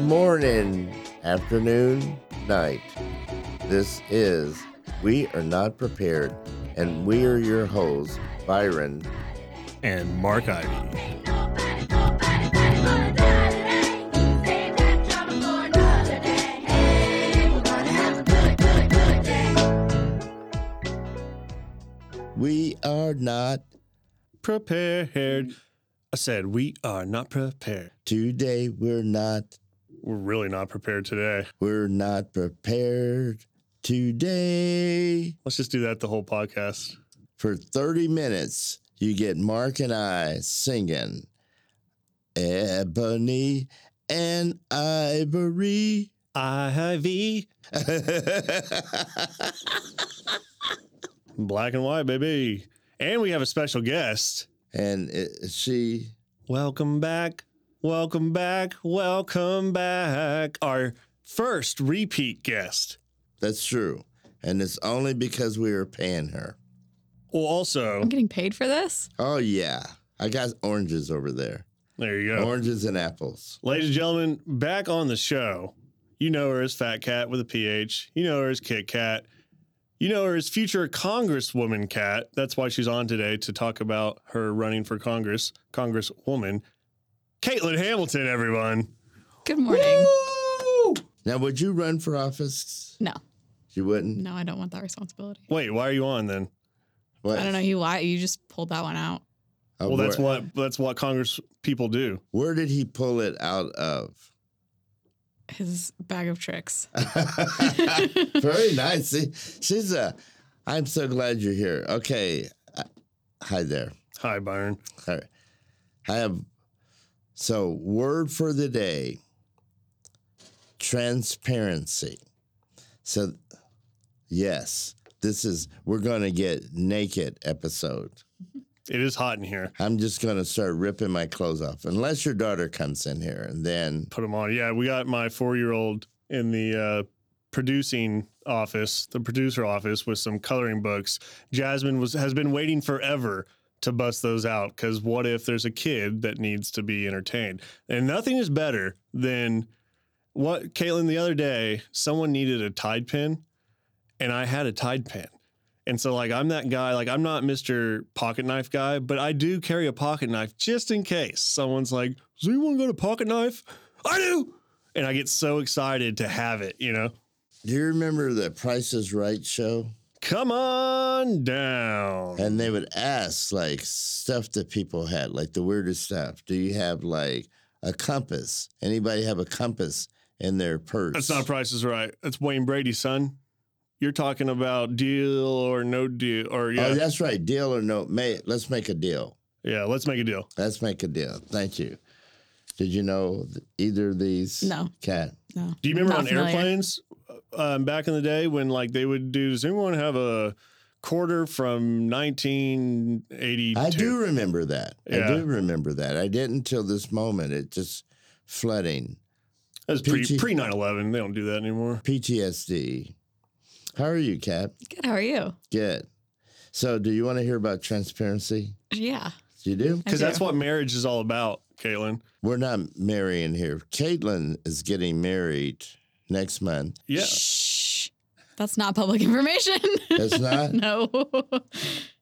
morning, afternoon, night. This is We Are Not Prepared, and we are your hosts, Byron. and Mark Ivy. We are not Prepared. I said, we are not prepared. today, we're not, We're really not prepared today. we're not prepared today. Let's just do that the whole podcast. For 30 minutes, you get Mark and I singing Ebony and Ivory. Ivy. Black and white, baby. And we have a special guest. and it, she Welcome back. Welcome back. Welcome back. Our first repeat guest. that's true and it's only because we were paying her Well, also, I'm getting paid for this? oh yeah i got oranges over there there you go. oranges and apples Ladies and gentlemen, back on the show. You know her as Fat Cat with a PH. You know her as Kit Kat. You know her as future Congresswoman Cat. That's why she's on today to talk about her running for Congress, Congresswoman Caitlin Hamilton, everyone. Good morning. Woo! now would you run for office No, you wouldn't no, I don't want that responsibility. Wait, why are you on then? what? I don't know. You why you just pulled that one out. Uh, well, that's where, what that's what Congress people do. where did he pull it out of His bag of tricks. very nice See, she's a i'm so glad you're here okay Uh, hi there Hi, Byron. All right. I have so word for the day transparency. So yes, this is we're going to get naked episode. It is hot in here. I'm just going to start ripping my clothes off unless your daughter comes in here and then Put them on. Yeah, we got my four year old in the uh, producing office, the producer office, with some coloring books. Jasmine was has been waiting forever to bust those out because what if there's a kid that needs to be entertained? And nothing is better than what Caitlin the other day. Someone needed a Tide pin, and I had a Tide pin. And so, like, I'm that guy. Like, I'm not Mr. Pocket Knife guy, but I do carry a pocket knife just in case someone's like, "Does anyone got a pocket knife?" I do, and I get so excited to have it. You know, do you remember the Price is Right show? come on down. And they would ask like stuff that people had, like the weirdest stuff. Do you have like a compass? Anybody have a compass in their purse? That's not Price is Right. That's Wayne Brady, son. You're talking about deal or no deal, or yeah, Oh, yeah. that's right. Deal or no? May, let's make a deal. Let's make a deal. Let's make a deal. Thank you. Did you know th- either of these? No. Cat. No. Do you remember Not on familiar. airplanes um, back in the day when like they would do? Does anyone have a quarter from 1982? I do remember that. I Yeah. do remember that. I didn't until this moment. It just flooding That's pre PG. pre 9/11. They don't do that anymore. PTSD. How are you, Cat? Good. How are you? Good. So, do you want to hear about transparency? Yeah. You do. I Because that's do. what marriage is all about, Caitlin. We're not marrying here. Caitlin is getting married next month. Yeah. Shh. That's not public information. That's not. no.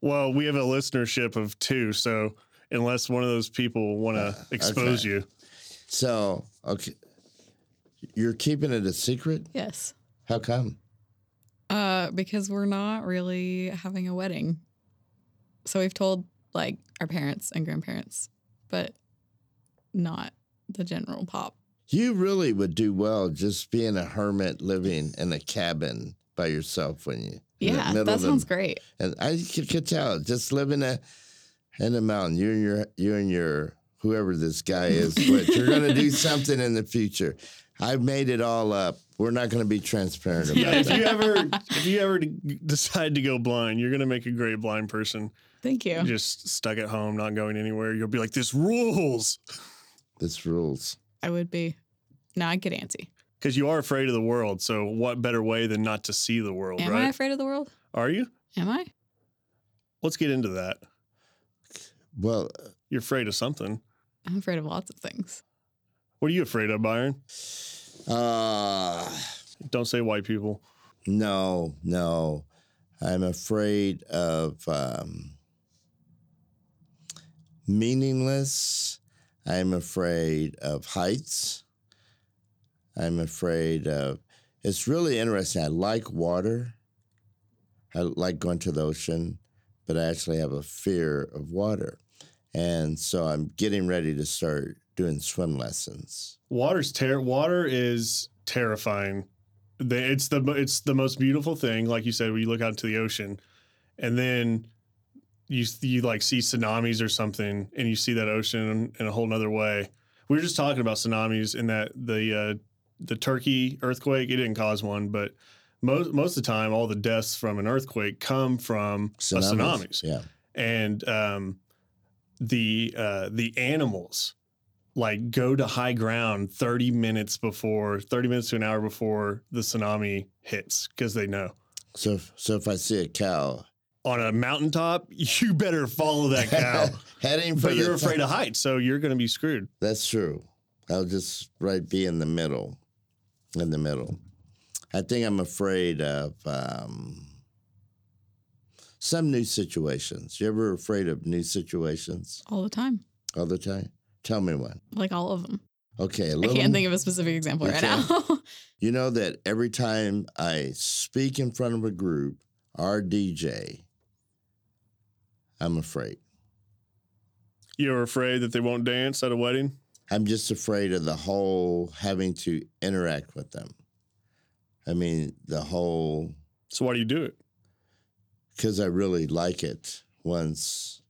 Well, we have a listenership of two, so unless one of those people want to expose okay. you, So, okay. You're keeping it a secret? yes. How come? Uh, because we're not really having a wedding. So we've told like our parents and grandparents, but not the general pop. You really would do well just being a hermit living in a cabin by yourself when you. in the Yeah, middle that of the- sounds great. And I could, could tell just living a, in a mountain. You and your you and your whoever this guy is, but you're gonna do something in the future. I've made it all up. We're not gonna be transparent about yeah. it. If you ever if you ever d- decide to go blind, you're gonna make a great blind person. Thank you. Just stuck at home, not going anywhere. You'll be like, "This rules," This rules. I would be. No, I'd get antsy. because you are afraid of the world. So, what better way than not to see the world, Am I right? afraid of the world? Are you? Am I? Let's get into that. Well, You're afraid of something. I'm afraid of lots of things. What are you afraid of, Byron? Uh, Don't say white people. no, no. I'm afraid of um, meaningless. I'm afraid of heights. I'm afraid of. It's really interesting. I like water. I like going to the ocean, but I actually have a fear of water. And so I'm getting ready to start doing swim lessons. Water's ter- water is terrifying. The- It's the it's the most beautiful thing, like you said, when you look out into the ocean, and then you you like see tsunamis or something, and you see that ocean in a whole nother way. We were just talking about tsunamis and that the uh, the Turkey earthquake. It didn't cause one, but most most of the time, all the deaths from an earthquake come from tsunamis. Oh, tsunamis Yeah. and um, the uh, the animals like go to high ground 30 minutes before 30 minutes to an hour before the tsunami hits because they know So, if- so if I see a cow, on a mountaintop you better follow that cow heading for the but you're afraid of heights so you're going to be screwed That's true. I'll just right be in the middle. In the middle. I think I'm afraid of um, some new situations. You ever afraid of new situations all the time, all the time? Tell me one. like all of them. Okay, a I little. can't think of a specific example You right can't. now. You know that every time I speak in front of a group, our DJ, I'm afraid. you're afraid that they won't dance at a wedding I'm just afraid of the whole having to interact with them. I mean, the whole so why do you do it because I really like it. Once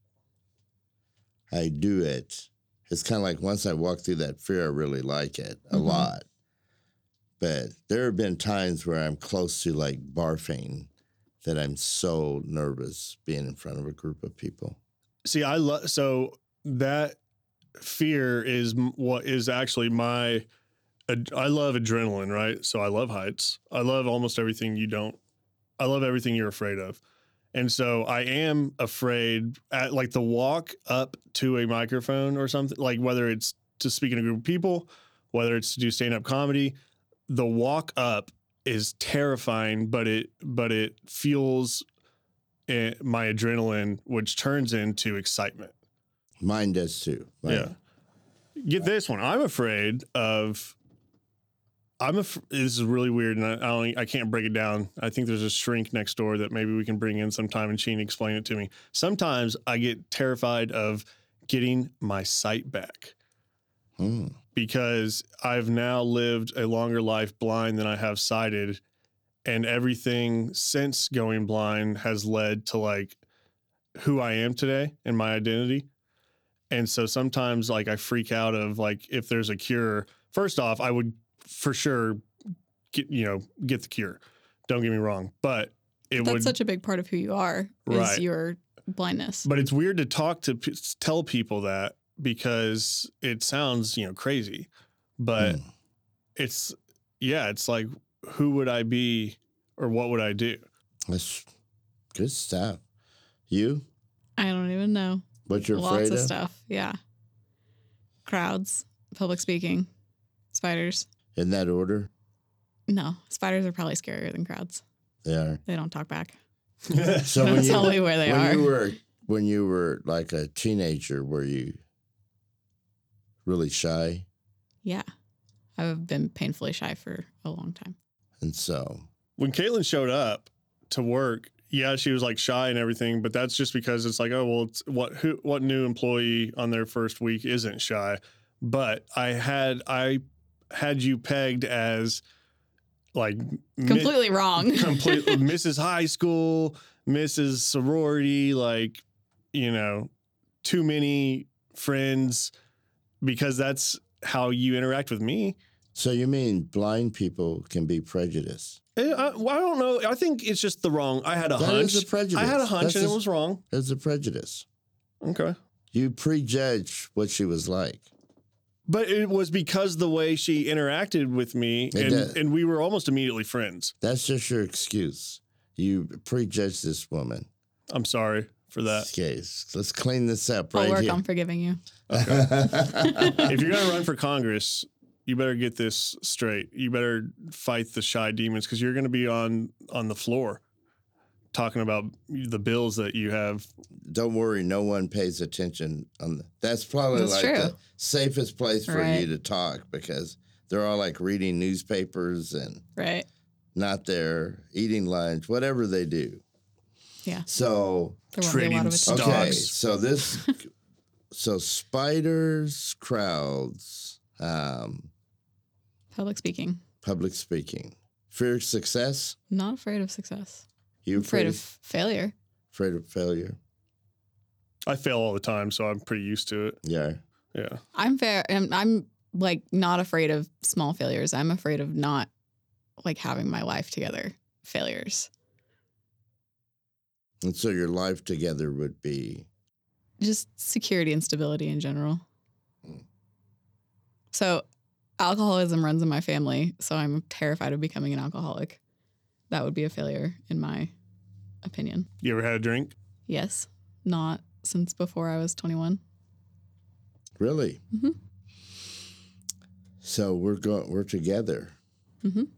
I do it, it's kind of like once I walk through that fear, I really like it a Mm-hmm. Mhm. lot. But there have been times where I'm close to like barfing that I'm so nervous being in front of a group of people. see i love so that fear is m- what is actually my ad- i love adrenaline right so i love heights i love almost everything you don't i love everything you're afraid of and so i am afraid at like the walk up to a microphone or something like whether it's to speak in a group of people whether it's to do stand-up comedy the walk up is terrifying but it but it fuels eh, my adrenaline which turns into excitement Mine does too. Mine- yeah. Get this one. I'm afraid of. I'm af- this is really weird, and I I, don't, I can't break it down. I think there's a shrink next door that maybe we can bring in sometime, and she can explain it to me. Sometimes I get terrified of getting my sight back Hmm. because I've now lived a longer life blind than I have sighted. And everything since going blind has led to like who I am today and my identity. And so sometimes like I freak out of like if there's a cure. First off, I would for sure get, you know, get the cure. Don't get me wrong. But it That's would such a big part of who you are is Right. your blindness. but it's weird to talk to p- tell people that because it sounds, you know, crazy. But Hmm. it's yeah, it's like who would I be or what would I do? That's good stuff. You, I don't even know. what you're Lots afraid of of? stuff. Yeah. Crowds, public speaking, spiders. In that order? No, spiders are probably scarier than crowds. Yeah. They don't talk back. So Don't when you, tell me where they when are. you were when you were like a teenager, were you really shy? yeah. I've been painfully shy for a long time. And so, when Caitlin showed up to work, yeah, she was like shy and everything, but that's just because it's like, oh well, it's what who what new employee on their first week isn't shy? But I had I had you pegged as like mi- Completely wrong. complete Mrs. High School, Mrs. Sorority, like, you know, too many friends because that's how you interact with me. so you mean blind people can be prejudiced? Eh, I, well, I don't know. I think it's just the wrong. I had a That is hunch. a prejudice. I had a hunch That's and a- it was wrong. That's a prejudice. Okay. You prejudge what she was like. But it was because the way she interacted with me, It and, did. and we were almost immediately friends. That's just your excuse. You prejudge this woman. I'm sorry for that. Case. Let's clean this up I'll right work here. on forgiving you. if you're going to run for Congress, you better get this straight. You better fight the shy demons because you're going to be on on the floor talking about the bills that you have. Don't worry, no one pays attention on the, that's probably That's like true. the safest place for Right. you to talk because they're all like reading newspapers and Right. not there eating lunch, whatever they do. Yeah. So There won't be a Trading lot of attention. stocks. Okay, so this, so spiders, crowds, um, Public speaking. public speaking, fear of success. Not afraid of success. You Afraid of failure. afraid of failure. I fail all the time, so I'm pretty used to it. Yeah, Yeah. I'm fair. I'm, I'm like not afraid of small failures. I'm afraid of not like having my life together failures. and so your life together would be Just security and stability in general. Hmm. Mm. So, alcoholism runs in my family. So, I'm terrified of becoming an alcoholic. That would be a failure, in my opinion. You ever had a drink? Yes, not since before I was 21. really. Mhm. So we're going. We're together. Mhm.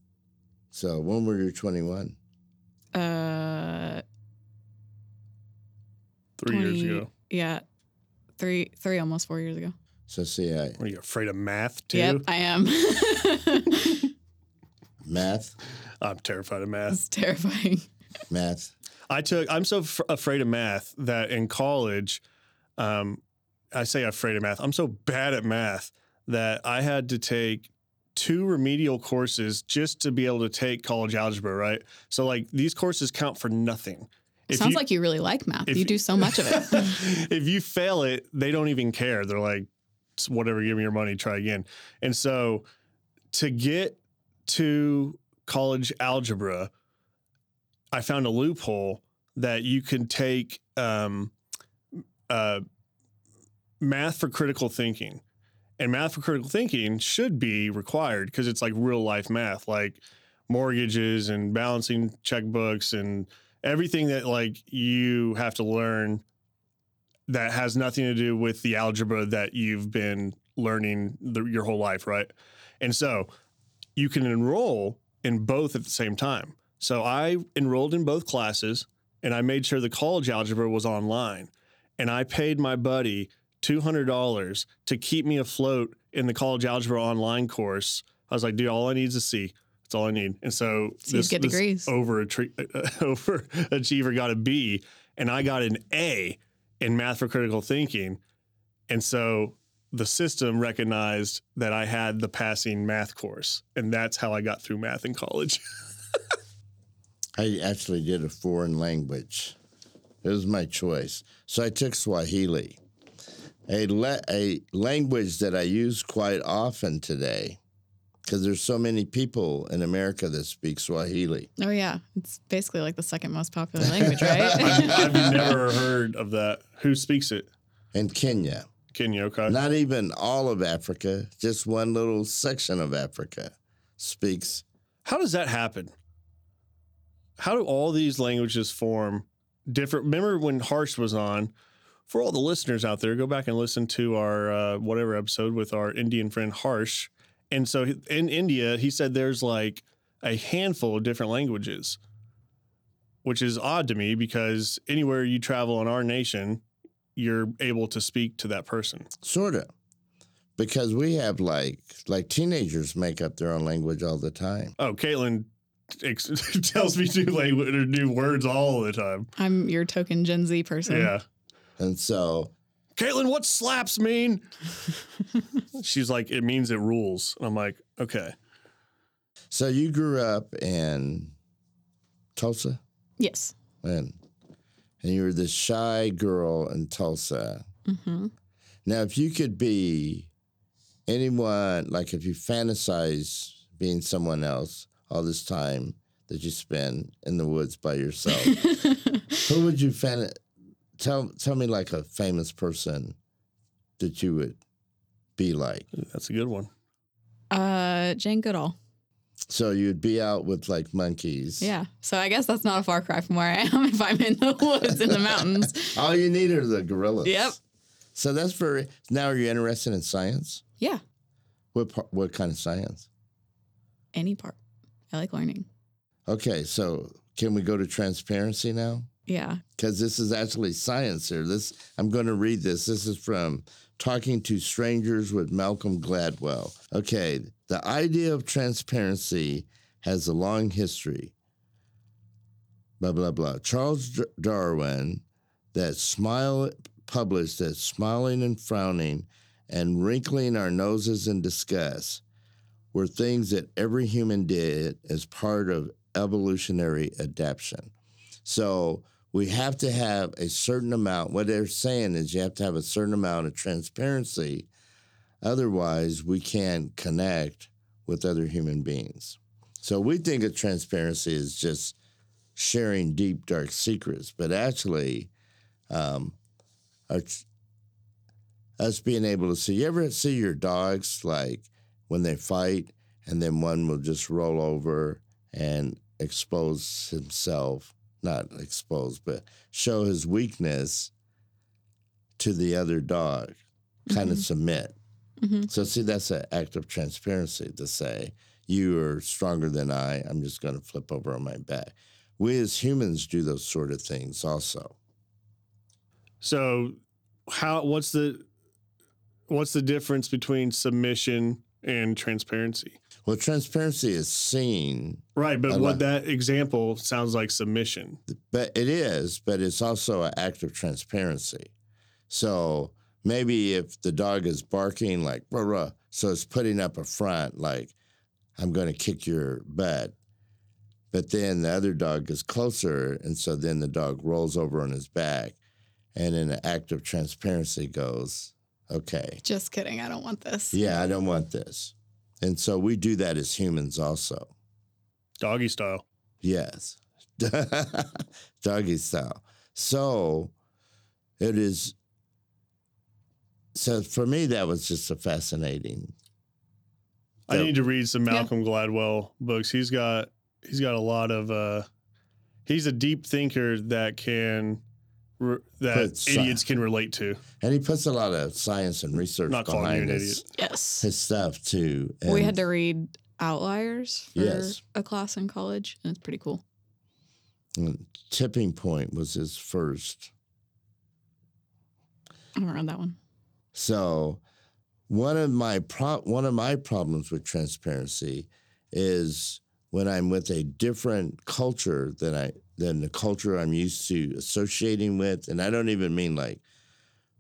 So when were you twenty one? Uh, Three years 20 ago. Yeah, three, three, almost four years ago. So see, I What, Are you afraid of math too? Yep, I am. math, I'm terrified of math. That's terrifying. math. I took. I'm so f- afraid of math that in college, um, I say afraid of math. I'm so bad at math that I had to take two remedial courses just to be able to take college algebra. Right. So like these courses count for nothing. If Sounds you- like you really like math. if You you- do so much of it. if you fail it, they don't even care. They're like, "It's whatever, give me your money, try again. And so to get to college algebra, I found a loophole that you can take um, uh, math for critical thinking. And math for critical thinking should be required because it's like real life math, like mortgages and balancing checkbooks and everything that like you have to learn that has nothing to do with the algebra that you've been learning the, your whole life, right? And so you can enroll in both at the same time. So I enrolled in both classes and I made sure the college algebra was online. And I paid my buddy $200 to keep me afloat in the college algebra online course. I was like, dude, all I need is a C. That's all I need. And so, So you get degrees. over overachiever got a B, and I got an A in math for critical thinking. And so the system recognized that I had the passing math course, and that's how I got through math in college. I actually did a foreign language. It was my choice. So I took Swahili, a, la- a language that I use quite often today because there's so many people in America that speak Swahili. oh yeah, it's basically like the second most popular language, right? I've, I've never heard of that. Who speaks it? And Kenya, Kenya, okay. not even all of Africa, just one little section of Africa speaks. How does that happen? How do all these languages form different? Remember when Harsh was on? For all the listeners out there, go back and listen to our uh, whatever episode with our Indian friend Harsh. And so he- in India, he said there's like a handful of different languages, which is odd to me because anywhere you travel in our nation, you're able to speak to that person. Sort of. Because we have like like teenagers make up their own language all the time. Oh, Caitlin ex- tells me new language or new words all the time. I'm your token Gen Z person. Yeah. And so Caitlin, what slaps mean? She's like, it means it rules. And I'm like, okay. So you grew up in Tulsa, Yes. and and you were this shy girl in Tulsa. hmm Now, if you could be anyone, like if you fantasize being someone else all this time that you spend in the woods by yourself, who would you fan? Tell tell me like a famous person that you would be like. That's a good one. Oh. uh, Jane Goodall. So you'd be out with like monkeys. Yeah. So I guess that's not a far cry from where I am if I'm in the woods in the mountains. All you need are the gorillas. Yep. So that's very. Now, are you interested in science? Yeah. What par- what kind of science? Any part. I like learning. Okay, so can we go to transparency now? Yeah. Because this is actually science here. This I'm going to read this. This is from Talking to Strangers with Malcolm Gladwell. Okay, the idea of transparency has a long history. Blah blah blah. Charles D- Darwin, that smile published that smiling and frowning and wrinkling our noses in disgust were things that every human did as part of evolutionary adaptation. So we have to have a certain amount. What they're saying is you have to have a certain amount of transparency. Otherwise, we can't connect with other human beings. So we think of transparency as just sharing deep, dark secrets, but actually, um, our, us being able to see. You ever see your dogs like when they fight, and then one will just roll over and expose himself, not expose, but show his weakness to the other dog, kind of submit. hmm So, see, that's an act of transparency to say, you are stronger than I. I'm just going to flip over on my back. We as humans do those sort of things also. So, how? What's the what's the difference between submission and transparency? Well, transparency is seen Right, but I what like- that example sounds like submission. but it is, but it's also an act of transparency. So maybe if the dog is barking like rah rah, so it's putting up a front like I'm going to kick your butt, but then the other dog is closer, and so then the dog rolls over on his back, and in an act of transparency goes, okay, Just kidding. I don't want this. yeah, I don't want this, and so we do that as humans also. Doggy style. Yes. Doggy style. So it is. So for me, that was just a fascinating. I So- need to read some Malcolm Gladwell books. He's got he's got a lot of uh he's a deep thinker that can re- that Put si- idiots can relate to. And he puts a lot of science and research Not calling you behind an his, Yes. his stuff, too. we And had to read Outliers for Yes. a class in college, and it's pretty cool. Tipping Point was his first. I haven't read that one. So one of my pro- one of my problems with transparency is when I'm with a different culture than I than the culture I'm used to associating with, and I don't even mean like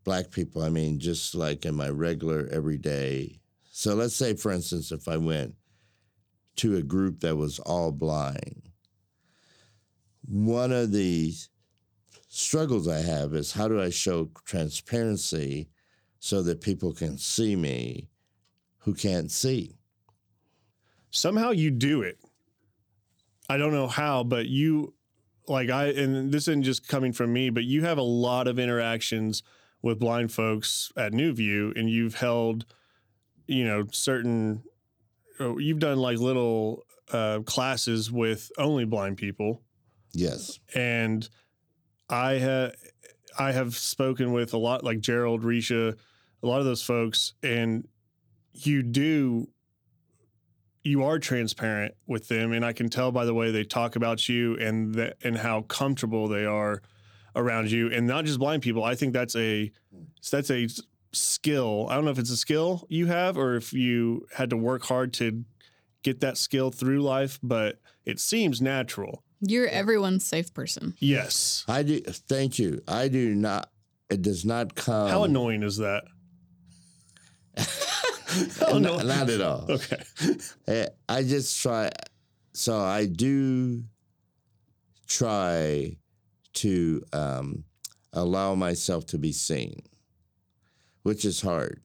black people. I mean just like in my regular everyday. So let's say, for instance, if I went to a group that was all blind, one of the struggles I have is how do I show transparency? so that people can see me who can't see. somehow you do it. I don't know how, but you like I and this isn't just coming from me, but you have a lot of interactions with blind folks at New View and you've held you know certain or you've done like little uh, classes with only blind people Yes. and I have I have spoken with a lot like Gerald, Risha, a lot of those folks, and you do you are transparent with them, and I can tell by the way they talk about you and the, and how comfortable they are around you, and not just blind people. I think that's a that's a s- skill. I don't know if it's a skill you have or if you had to work hard to get that skill through life, but it seems natural. You're everyone's safe person. Yes. I do thank you. I do not it does not come How annoying is that? How N- annoying- not at all. Okay. Eh, I just try. So I do try to um, allow myself to be seen, which is hard.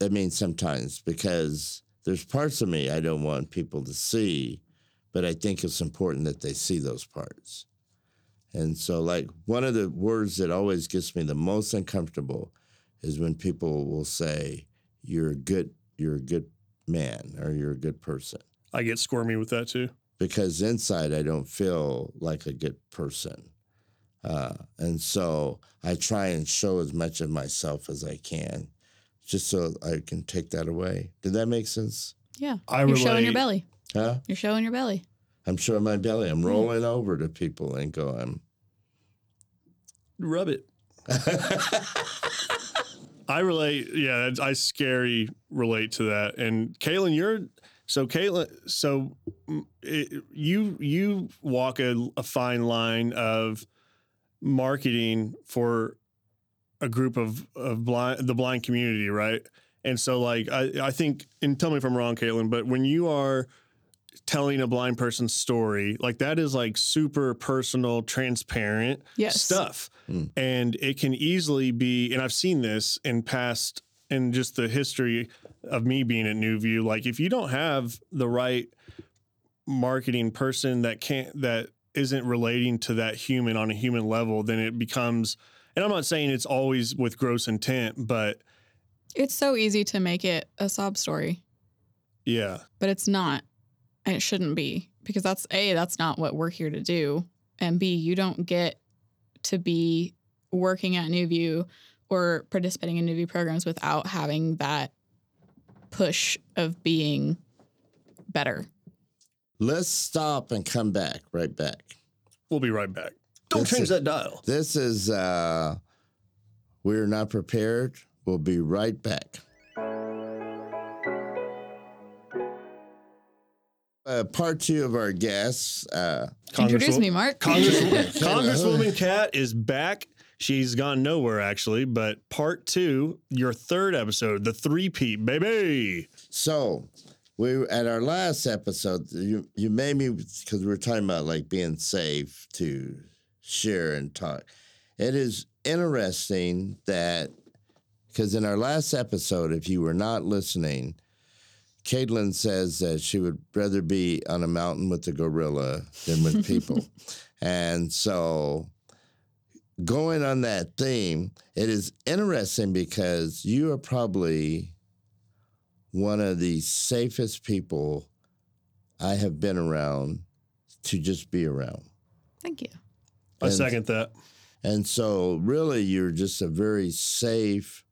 I mean, sometimes because there's parts of me I don't want people to see, but I think it's important that they see those parts. And so, like, one of the words that always gets me the most uncomfortable is when people will say, You're a good, you're a good man or you're a good person I get squirmy with that too. because inside I don't feel like a good person. Uh, and so I try and show as much of myself as I can just so I can take that away. Did that make sense? Yeah. I You're relate. showing your belly. Huh? You're showing your belly. I'm showing my belly. I'm rolling over to people and going. Rub it. I relate. Yeah, that's- I scary relate to that. And Caitlin, you're so Caitlin. So mm, it, you you walk a, a fine line of marketing for a group of of blind the blind community, right? And so, like, I I think, and tell me if I'm wrong, Caitlin, but when you are telling a blind person's story, like that is like super personal, transparent Yes. stuff. Mm. And it can easily be, and I've seen this in past, in just the history of me being at New View. Like, if you don't have the right marketing person that can't, that isn't relating to that human on a human level, then it becomes, and I'm not saying it's always with gross intent, but It's so easy to make it a sob story, yeah. but it's not. And it shouldn't be because that's A, that's not what we're here to do. And B, you don't get to be working at New View or participating in New View programs without having that push of being better. Let's stop and come back right back. We'll be right back. Don't That's change it. that dial. This is uh We're Not Prepared. We'll be right back. Uh, part two of our guests. Uh, Introduce Congresswo- me, Mark. Congresswoman, Congresswoman Cat is back. She's gone nowhere actually, but part two, your third episode, the three peat baby. so we at our last episode, you you made me because we were talking about like being safe to share and talk. It is interesting that because in our last episode, if you were not listening, Caitlin says that she would rather be on a mountain with a gorilla than with people. and so going on that theme, it is interesting because you are probably one of the safest people I have been around to just be around. Thank you. I And- second that. And so, really, you're just a very safe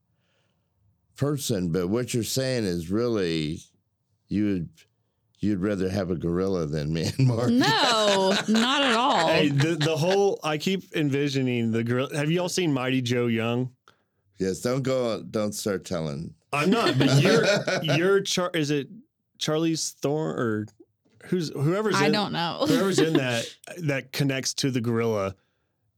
person. But what you're saying is really, you'd you'd rather have a gorilla than me and Mark. No, not at all. Hey, the, the whole I keep envisioning the girl. Have you all seen Mighty Joe Young? Yes, don't go. Don't start telling. I'm not, but you're you're Char- is it Charlie's Thorn or who's whoever's I in, don't know. whoever's in that that connects to the gorilla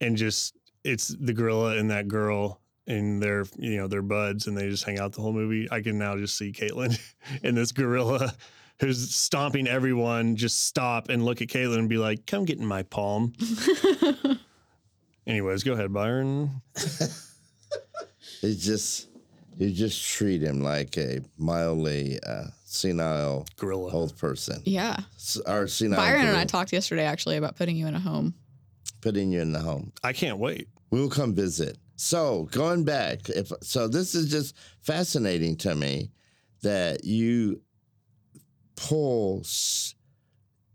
and just it's the gorilla and that girl and their you know their buds and they just hang out the whole movie i can now just see caitlin and this gorilla who's stomping everyone just stop and look at caitlin and be like come get in my palm anyways go ahead byron It's just you just treat him like a mildly uh, senile gorilla old person. yeah. S- Or senile. Byron and I gorilla. talked yesterday actually about putting you in a home. putting you in the home. i can't wait We'll come visit. So going back, if so, this is just fascinating to me that you pull s-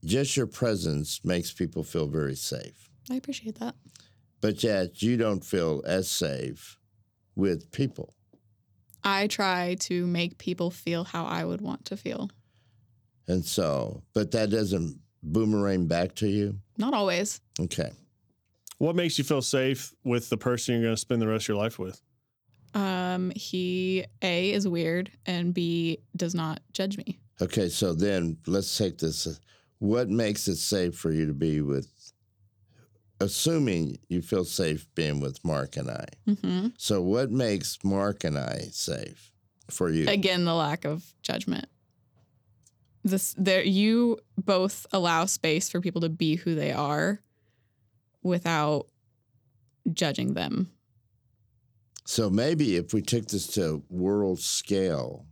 just your presence makes people feel very safe, I appreciate that. but yet you don't feel as safe with people. I try to make people feel how I would want to feel. And so, but that doesn't boomerang back to you. Not always. Okay. what makes you feel safe with the person you're going to spend the rest of your life with Um, he A is weird and B does not judge me. Okay. So then let's take this. uh, What makes it safe for you to be with, assuming you feel safe being with Mark and I? hmm So, what makes Mark and I safe for you? Again, the lack of judgment. This there you both allow space for people to be who they are without judging them. So, maybe if we took this to world scale,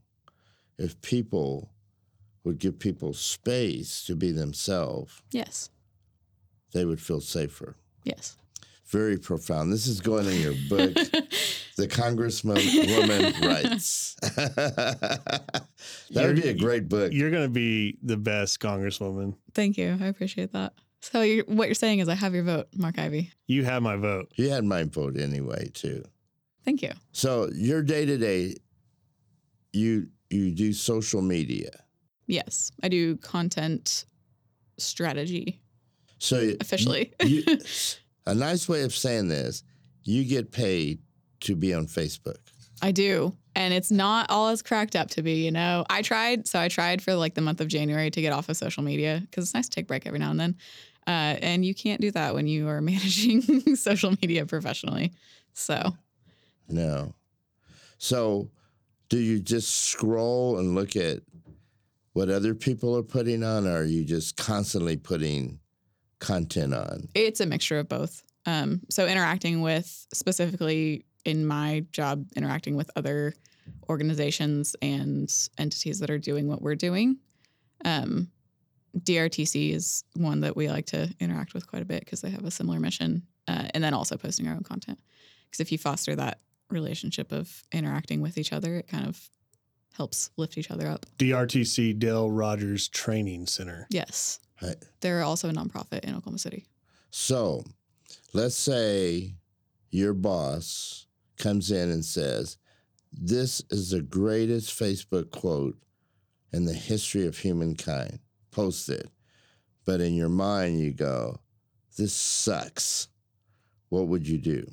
if people would give people space to be themselves, Yes. they would feel safer. Yes. Very profound. This is going in your book, The Congressman Woman Writes. that would be a great book. you're going to be the best congresswoman Thank you. I appreciate that. So you're, what you're saying is I have your vote, Mark Ivy. you have my vote You had my vote anyway, too. Thank you. So your day to day you you do social media. Yes, I do content strategy So you- officially. you, a nice way of saying this, you get paid to be on Facebook. I do. And it's not all as cracked up to be, you know. I tried, so I tried for like the month of January to get off of social media because it's nice to take a break every now and then. Uh, and you can't do that when you are managing social media professionally. So No. So do you just scroll and look at what other people are putting on, or are you just constantly putting content on? it's a mixture of both. Um, so interacting with specifically in my job, interacting with other organizations and entities that are doing what we're doing. Um, DRTC is one that we like to interact with quite a bit because they have a similar mission, uh, and then also posting our own content. Because if you foster that relationship of interacting with each other, it kind of helps lift each other up. DRTC Dale Rogers Training Center. Yes, Right. they're also a nonprofit in Oklahoma City. So let's say your boss comes in and says, This is the greatest Facebook quote in the history of humankind. Post it. But in your mind, you go, This sucks. What would you do?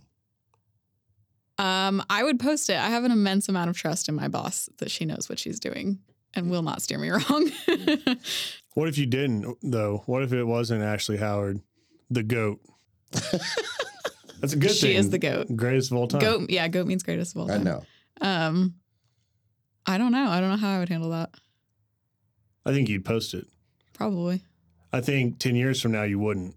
Um, I would post it. I have an immense amount of trust in my boss that she knows what she's doing and will not steer me wrong. What if you didn't though? What if it wasn't Ashley Howard, the goat? That's a good she thing. is the goat. greatest of all time. Goat, yeah, goat means greatest of all. I time. know. Um, I don't know. I don't know how I would handle that. I think you'd post it. Probably. I think ten years from now you wouldn't.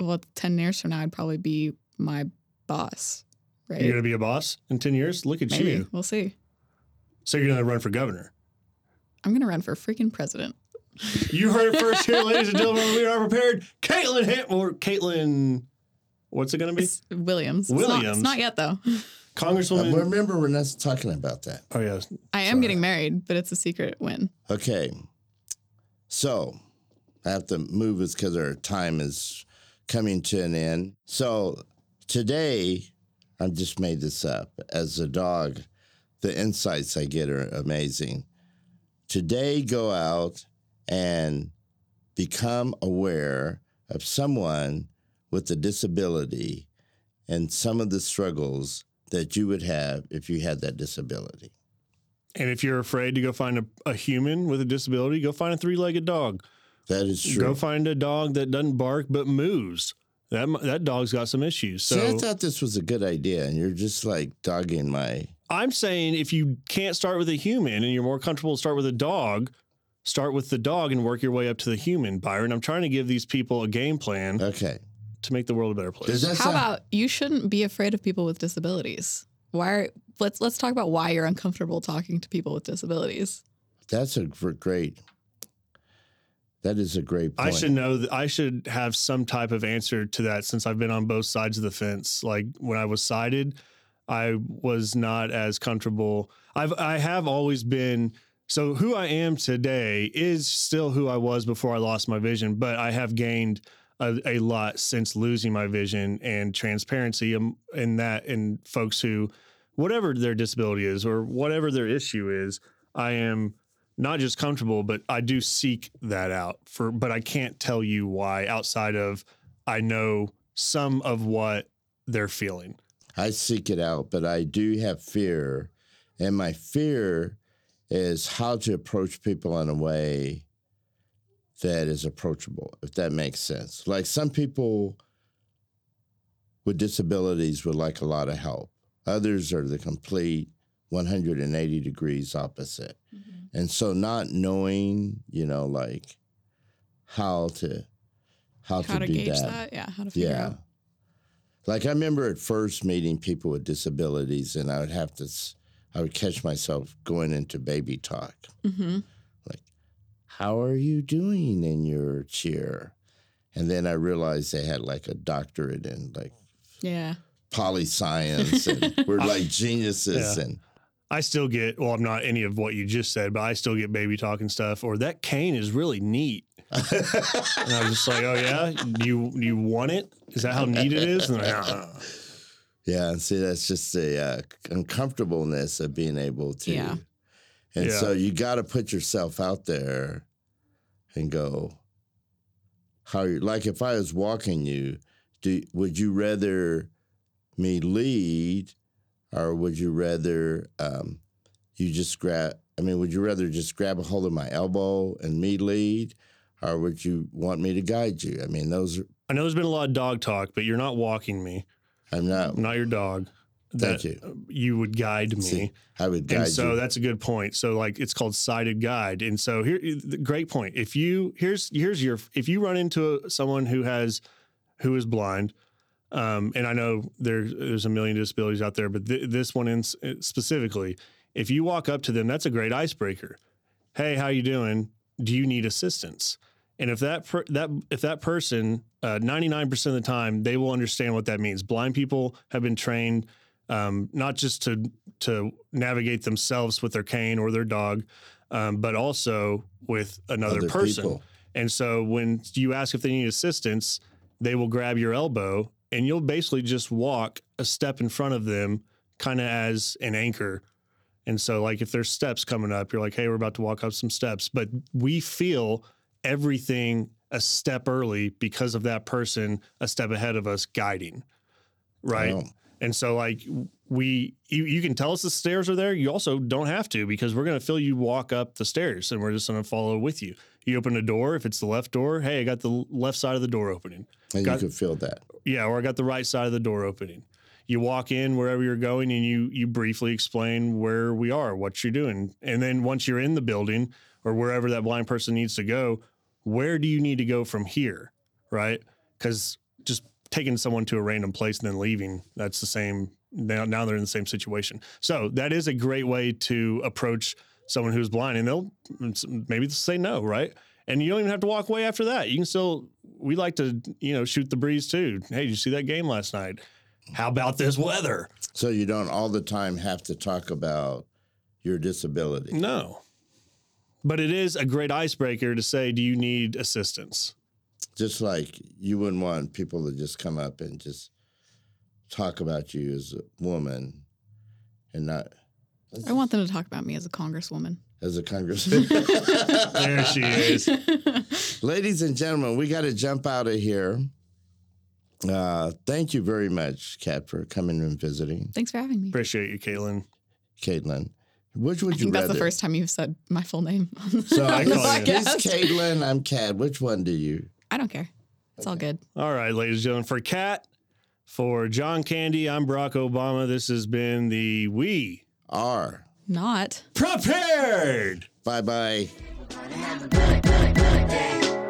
Well, ten years from now, I'd probably be my boss, right? You're gonna be a boss in ten years. Look at Maybe you. we'll see. So you're gonna run for governor. I'm gonna run for freaking president. You heard it first here, ladies and gentlemen. We are prepared. Caitlin Ham or Caitlin, what's it gonna be? It's Williams. It's not, Williams. it's not yet though. Uh, Congresswoman. remember, we're not talking about that. Oh yes, I am Sorry. getting married, but it's a secret when. Okay. So I have to move us because our time is coming to an end. So today, I've just made this up. As a dog, the insights I get are amazing. Today, go out and become aware of someone with a disability and some of the struggles that you would have if you had that disability. And if you're afraid to go find a, a human with a disability, go find a three legged dog. That is true. Go find a dog that doesn't bark but moves. That m- that dog's got some issues. So I So thought this was a good idea, and you're just like dogging my. I'm saying if you can't start with a human and you're more comfortable to start with a dog, start with the dog and work your way up to the human. Byron, I'm trying to give these people a game plan Okay. to make the world a better Does place. that How sound- about you shouldn't be afraid of people with disabilities? Why are, let's let's talk about why you're uncomfortable talking to people with disabilities. That's a gr- great. That is a great point. I should know that I should have some type of answer to that since I've been on both sides of the fence. Like when I was sided, I was not as comfortable. I've I have always been so who I am today is still who I was before I lost my vision, but I have gained a, a lot since losing my vision and transparency in, in that in folks who whatever their disability is or whatever their issue is, I am not just comfortable, but I do seek that out for, but I can't tell you why outside of I know some of what they're feeling. I seek it out, but I do have fear, and my fear is how to approach people in a way that is approachable, if that makes sense. Like some people with disabilities would like a lot of help. Others are the complete 180 degrees opposite. Mm-hmm. and so not knowing you know like how to how, How to do gauge that, that. Yeah, how to figure yeah out. like i remember at first meeting people with disabilities and i would have to s- i would catch myself going into baby talk hmm how are you doing in your chair and then i realized they had like a doctorate in like Yeah. poli science and we're like geniuses Yeah. and I still get, well, I'm not any of what you just said, but I still get baby talk and stuff, or that cane is really neat. And I'm just like, oh yeah, do you, do you want it? Is that how neat it is? And they're like, "Uh-uh." Yeah, and see, that's just the uh, uncomfortableness of being able to. Yeah. And Yeah. so you got to put yourself out there and go, how you like if I was walking you, do would you rather me lead or would you rather um, you just grab, I mean, would you rather just grab a hold of my elbow and me lead or would you want me to guide you? I mean, those, are, I know there's been a lot of dog talk, but you're not walking me. I'm not, I'm not your dog. Thank That You would guide me. See, I would guide and so you. that's a good point so like it's called sighted guide and so here the great point if you here's here's your if you run into someone who has who is blind um, and i know there's there's a million disabilities out there but th- this one in s- specifically if you walk up to them that's a great icebreaker hey how you doing do you need assistance and if that per, that if that person uh, 99% of the time they will understand what that means blind people have been trained um, not just to to navigate themselves with their cane or their dog, um, but also with another Other person. people. And so when you ask if they need assistance, they will grab your elbow and you'll basically just walk a step in front of them, kind of as an anchor. And so, like, if there's steps coming up, you're like, hey, we're about to walk up some steps. But we feel everything a step early because of that person a step ahead of us guiding. Right. Um, And so, like, we, you, you can tell us the stairs are there. You also don't have to because we're going to feel you walk up the stairs and we're just going to follow with you. You open a door. If it's the left door, hey, I got the left side of the door opening. and got- you could feel that. Yeah, or I got the right side of the door opening. You walk in wherever you're going and you you briefly explain where we are, what you're doing. And then once you're in the building or wherever that blind person needs to go, where do you need to go from here? Right? Cuz just taking someone to a random place and then leaving, that's the same now now they're in the same situation. So, that is a great way to approach someone who's blind and they'll maybe they'll say no, right? and you don't even have to walk away after that. You can still. We like to, you know, shoot the breeze too. Hey, did you see that game last night? How about this weather? So you don't all the time have to talk about your disability. No, but it is a great icebreaker to say, "Do you need assistance?" Just like you wouldn't want people to just come up and just talk about you as a woman and not I want them to talk about me as a congresswoman. as a congressman. There she is. Ladies and gentlemen, we got to jump out of here. Uh, thank you very much, Kat, for coming and visiting. Thanks for having me. Appreciate you, Caitlin. Caitlin, which would I you think that's rather? the first time you've said my full name. on So the I call you. it's podcast. Caitlin. I'm Kat. Which one do you? I don't care. It's all good. All right, ladies and gentlemen, for Kat, for John Candy, I'm Barack Obama. This has been the We R. Not. Prepared. Bye bye. Gonna have a good, good, good day.